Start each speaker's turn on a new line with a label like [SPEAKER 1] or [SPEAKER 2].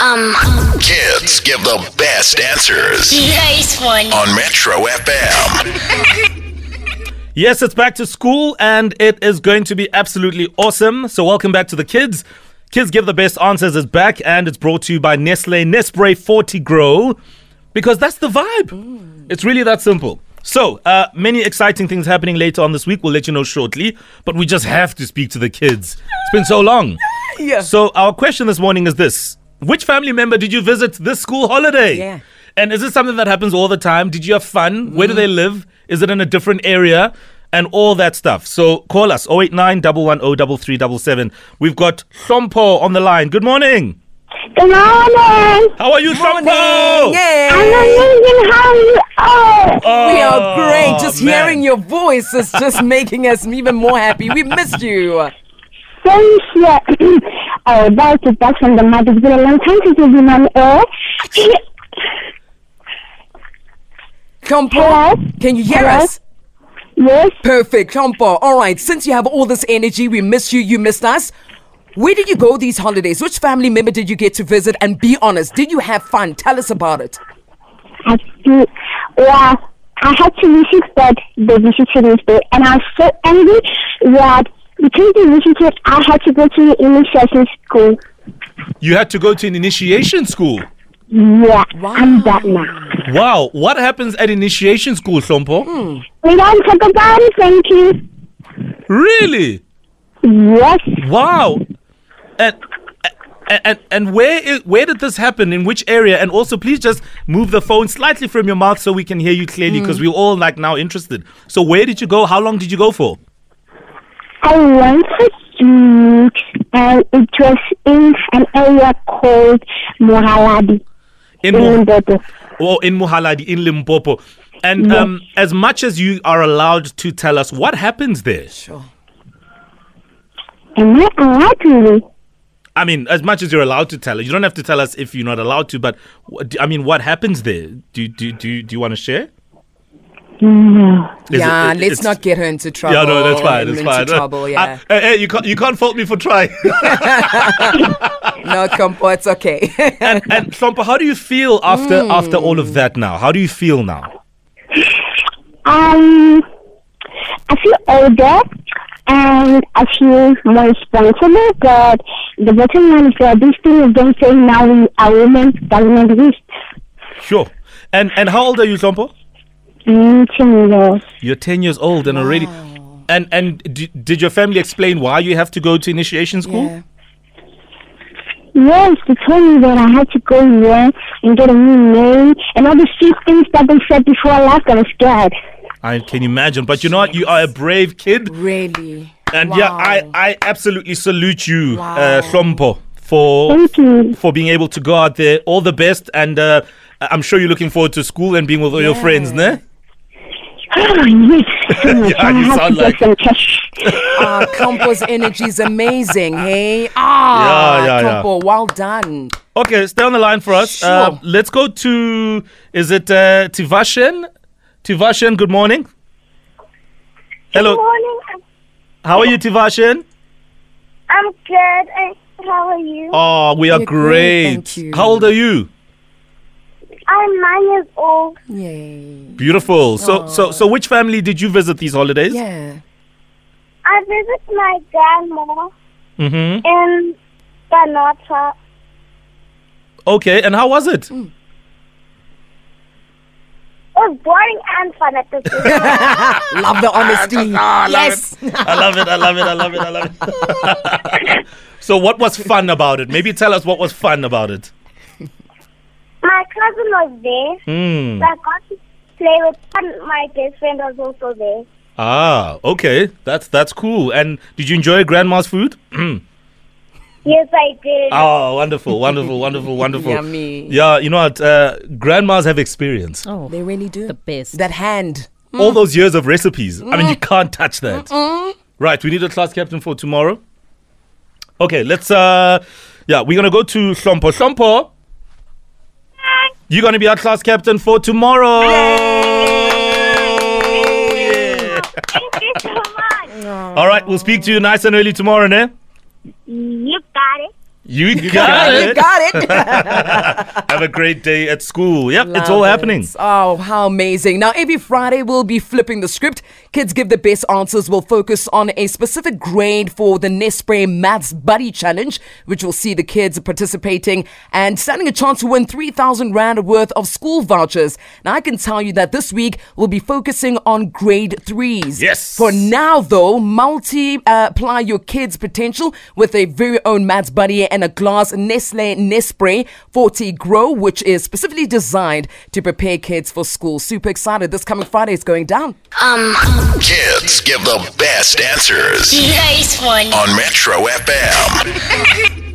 [SPEAKER 1] Um,
[SPEAKER 2] Kids give the best answers
[SPEAKER 1] nice one.
[SPEAKER 2] on Metro FM.
[SPEAKER 3] Yes, it's back to school and it is going to be absolutely awesome. So, welcome back to the kids. Kids Give the Best Answers is back and it's brought to you by Nestle Nespray 40 Grow because that's the vibe. It's really that simple. So, uh, many exciting things happening later on this week. We'll let you know shortly, but we just have to speak to the kids. It's been so long.
[SPEAKER 4] Yeah.
[SPEAKER 3] So, our question this morning is this Which family member did you visit this school holiday?
[SPEAKER 4] Yeah. Mm.
[SPEAKER 3] And is this something that happens all the time? Did you have fun? Where do they live? Is it in a different area? And all that stuff. So call us 089 110 We've got Sompo on the line. Good morning.
[SPEAKER 5] Good morning.
[SPEAKER 3] How are you, Sompo?
[SPEAKER 5] I'm
[SPEAKER 4] Yay!
[SPEAKER 5] amazing. How are you? Oh,
[SPEAKER 4] We are great. Just
[SPEAKER 3] man.
[SPEAKER 4] hearing your voice is just making us even more happy. We missed you.
[SPEAKER 5] thank you. oh, that is back from the mud. It's been a long time since you've been on air.
[SPEAKER 4] Kompo,
[SPEAKER 5] Hello?
[SPEAKER 4] can you hear
[SPEAKER 5] Hello?
[SPEAKER 4] us?
[SPEAKER 5] Yes.
[SPEAKER 4] Perfect, Kompo. All right, since you have all this energy, we missed you, you missed us. Where did you go these holidays? Which family member did you get to visit? And be honest, did you have fun? Tell us about it.
[SPEAKER 5] I do. Well, I had to visit that the visitor's day, and I was so angry that because they visited, I had to go to the initiation school.
[SPEAKER 3] You had to go to an initiation school.
[SPEAKER 5] Yeah, I'm back now.
[SPEAKER 3] Wow. What happens at initiation school, Sompo?
[SPEAKER 5] We don't talk about it, thank you.
[SPEAKER 3] Really?
[SPEAKER 5] Yes.
[SPEAKER 3] Wow. And. and- And, and where is, where did this happen? In which area? And also, please just move the phone slightly from your mouth so we can hear you clearly because we're all like now interested. So, where did you go? How long did you go for?
[SPEAKER 5] I went for Dukes, and it was in an area called Mohalabi
[SPEAKER 3] In
[SPEAKER 5] in
[SPEAKER 3] Mo-
[SPEAKER 5] Limpopo.
[SPEAKER 3] or in Muhaladi, in Limpopo. And um, as much as you are allowed to tell us what happens there,
[SPEAKER 4] Sure.
[SPEAKER 5] Am I allowed to leave?
[SPEAKER 3] I mean, as much as you're allowed to tell us, you don't have to tell us if you're not allowed to. But what- I mean, what happens there? Do do do do you want to share? Is
[SPEAKER 5] No.
[SPEAKER 4] Mm-hmm. yeah,
[SPEAKER 3] it- it-
[SPEAKER 4] let's
[SPEAKER 3] it's-
[SPEAKER 4] not get her into trouble.
[SPEAKER 3] Yeah, no, that's fine.
[SPEAKER 4] Get
[SPEAKER 3] That's
[SPEAKER 4] her
[SPEAKER 3] fine.
[SPEAKER 4] Into trouble, yeah.
[SPEAKER 3] Uh, hey, hey, you can't you can't fault me for trying.
[SPEAKER 4] no, Kompo, it's okay.
[SPEAKER 3] and and Hlompa, how do you feel after
[SPEAKER 4] Hmm.
[SPEAKER 3] after all of that now? How do you feel now?
[SPEAKER 5] Um, I feel older and I feel more responsible, but the bottom line is that these things don't say now we are women doesn't exist.
[SPEAKER 3] Sure. And and how old are you, Hlompo?
[SPEAKER 5] Mm, ten years.
[SPEAKER 3] You're ten years old and already. And and d- did your family explain why you have to go to initiation school?
[SPEAKER 4] Yeah.
[SPEAKER 5] Yes, they told me that I had to go here and get a new name and all the shit things that they said before I left. I was scared.
[SPEAKER 3] I can imagine. But you know what? You are a brave kid.
[SPEAKER 4] Really?
[SPEAKER 3] And yeah, I,
[SPEAKER 4] Wow.
[SPEAKER 3] I absolutely salute you,
[SPEAKER 4] Wow.
[SPEAKER 3] uh, Hlompo, for
[SPEAKER 5] Thank you.
[SPEAKER 3] for being able to go out there. All the best, and uh, I'm sure you're looking forward to school and being with all your friends, ne?
[SPEAKER 5] Oh, yes, so much.
[SPEAKER 3] Yeah,
[SPEAKER 5] I
[SPEAKER 3] you
[SPEAKER 5] have
[SPEAKER 3] sound
[SPEAKER 5] to
[SPEAKER 3] like-
[SPEAKER 5] get some cash.
[SPEAKER 4] Ah, Kompo's energy is amazing, hey? Ah,
[SPEAKER 3] Yeah, yeah, yeah.
[SPEAKER 4] Kompo, well done.
[SPEAKER 3] Okay, stay on the line for us. Uh,
[SPEAKER 4] Sure.
[SPEAKER 3] let's go to is it uh, Tivashen? Tivashen, good morning. Hello,
[SPEAKER 5] morning.
[SPEAKER 3] how are you, Tivashen?
[SPEAKER 5] I'm good. And how are you?
[SPEAKER 3] Oh, we are
[SPEAKER 4] We're
[SPEAKER 3] great.
[SPEAKER 4] great, thank you.
[SPEAKER 3] How old are you?
[SPEAKER 5] I'm nine years old.
[SPEAKER 4] Yay.
[SPEAKER 3] Beautiful. So,
[SPEAKER 4] Oh.
[SPEAKER 3] so, so, which family did you visit these holidays?
[SPEAKER 4] Yeah.
[SPEAKER 5] I visit my grandma
[SPEAKER 3] Mm-hmm.
[SPEAKER 5] in Banata.
[SPEAKER 3] Okay, and how was it?
[SPEAKER 5] It was Oh, boring and fun at the same time.
[SPEAKER 4] Love the honesty. yes.
[SPEAKER 3] I love it. I love it. I love it. I love it. so, what was fun about it? Maybe tell us what was fun about it.
[SPEAKER 5] my cousin was there.
[SPEAKER 3] Hmm.
[SPEAKER 5] So I got to play with and my best friend was also there.
[SPEAKER 3] Ah, okay. That's that's cool. And did you enjoy grandma's food?
[SPEAKER 5] Yes, I did.
[SPEAKER 3] oh, wonderful, wonderful, wonderful, wonderful.
[SPEAKER 4] Yummy.
[SPEAKER 3] Yeah, you know what? Uh, grandmas have experience.
[SPEAKER 6] Oh,
[SPEAKER 4] They really do.
[SPEAKER 6] the best.
[SPEAKER 4] That hand.
[SPEAKER 3] All those years of recipes. I mean, you can't touch that. Right. We need a class captain for tomorrow. Okay. Let's. uh Yeah, we're gonna go to Sompo. Sompo. You're gonna be our class captain for tomorrow. Yeah.
[SPEAKER 5] Thank you so much.
[SPEAKER 3] All right, we'll speak to you nice and early tomorrow, ne?
[SPEAKER 5] You got it.
[SPEAKER 3] You, got, it.
[SPEAKER 4] You got it.
[SPEAKER 3] Have a great day at school. Yep, it's all
[SPEAKER 4] Love it.
[SPEAKER 3] happening.
[SPEAKER 4] Oh, how amazing. Now, every Friday, we'll be flipping the script. Kids give the best answers. We'll focus on a specific grade for the Nespray Maths Buddy Challenge, which will see the kids participating and standing a chance to win 3,000 Rand worth of school vouchers. Now, I can tell you that this week, we'll be focusing on grade threes.
[SPEAKER 3] Yes.
[SPEAKER 4] For now, though, multiply your kids' potential with a very own Matt's Buddy and a glass Nestle Nespray 40 Grow, which is specifically designed to prepare kids for school. Super excited. This coming Friday is going down.
[SPEAKER 2] Kids give the best answers
[SPEAKER 1] Nice one.
[SPEAKER 2] on Metro FM.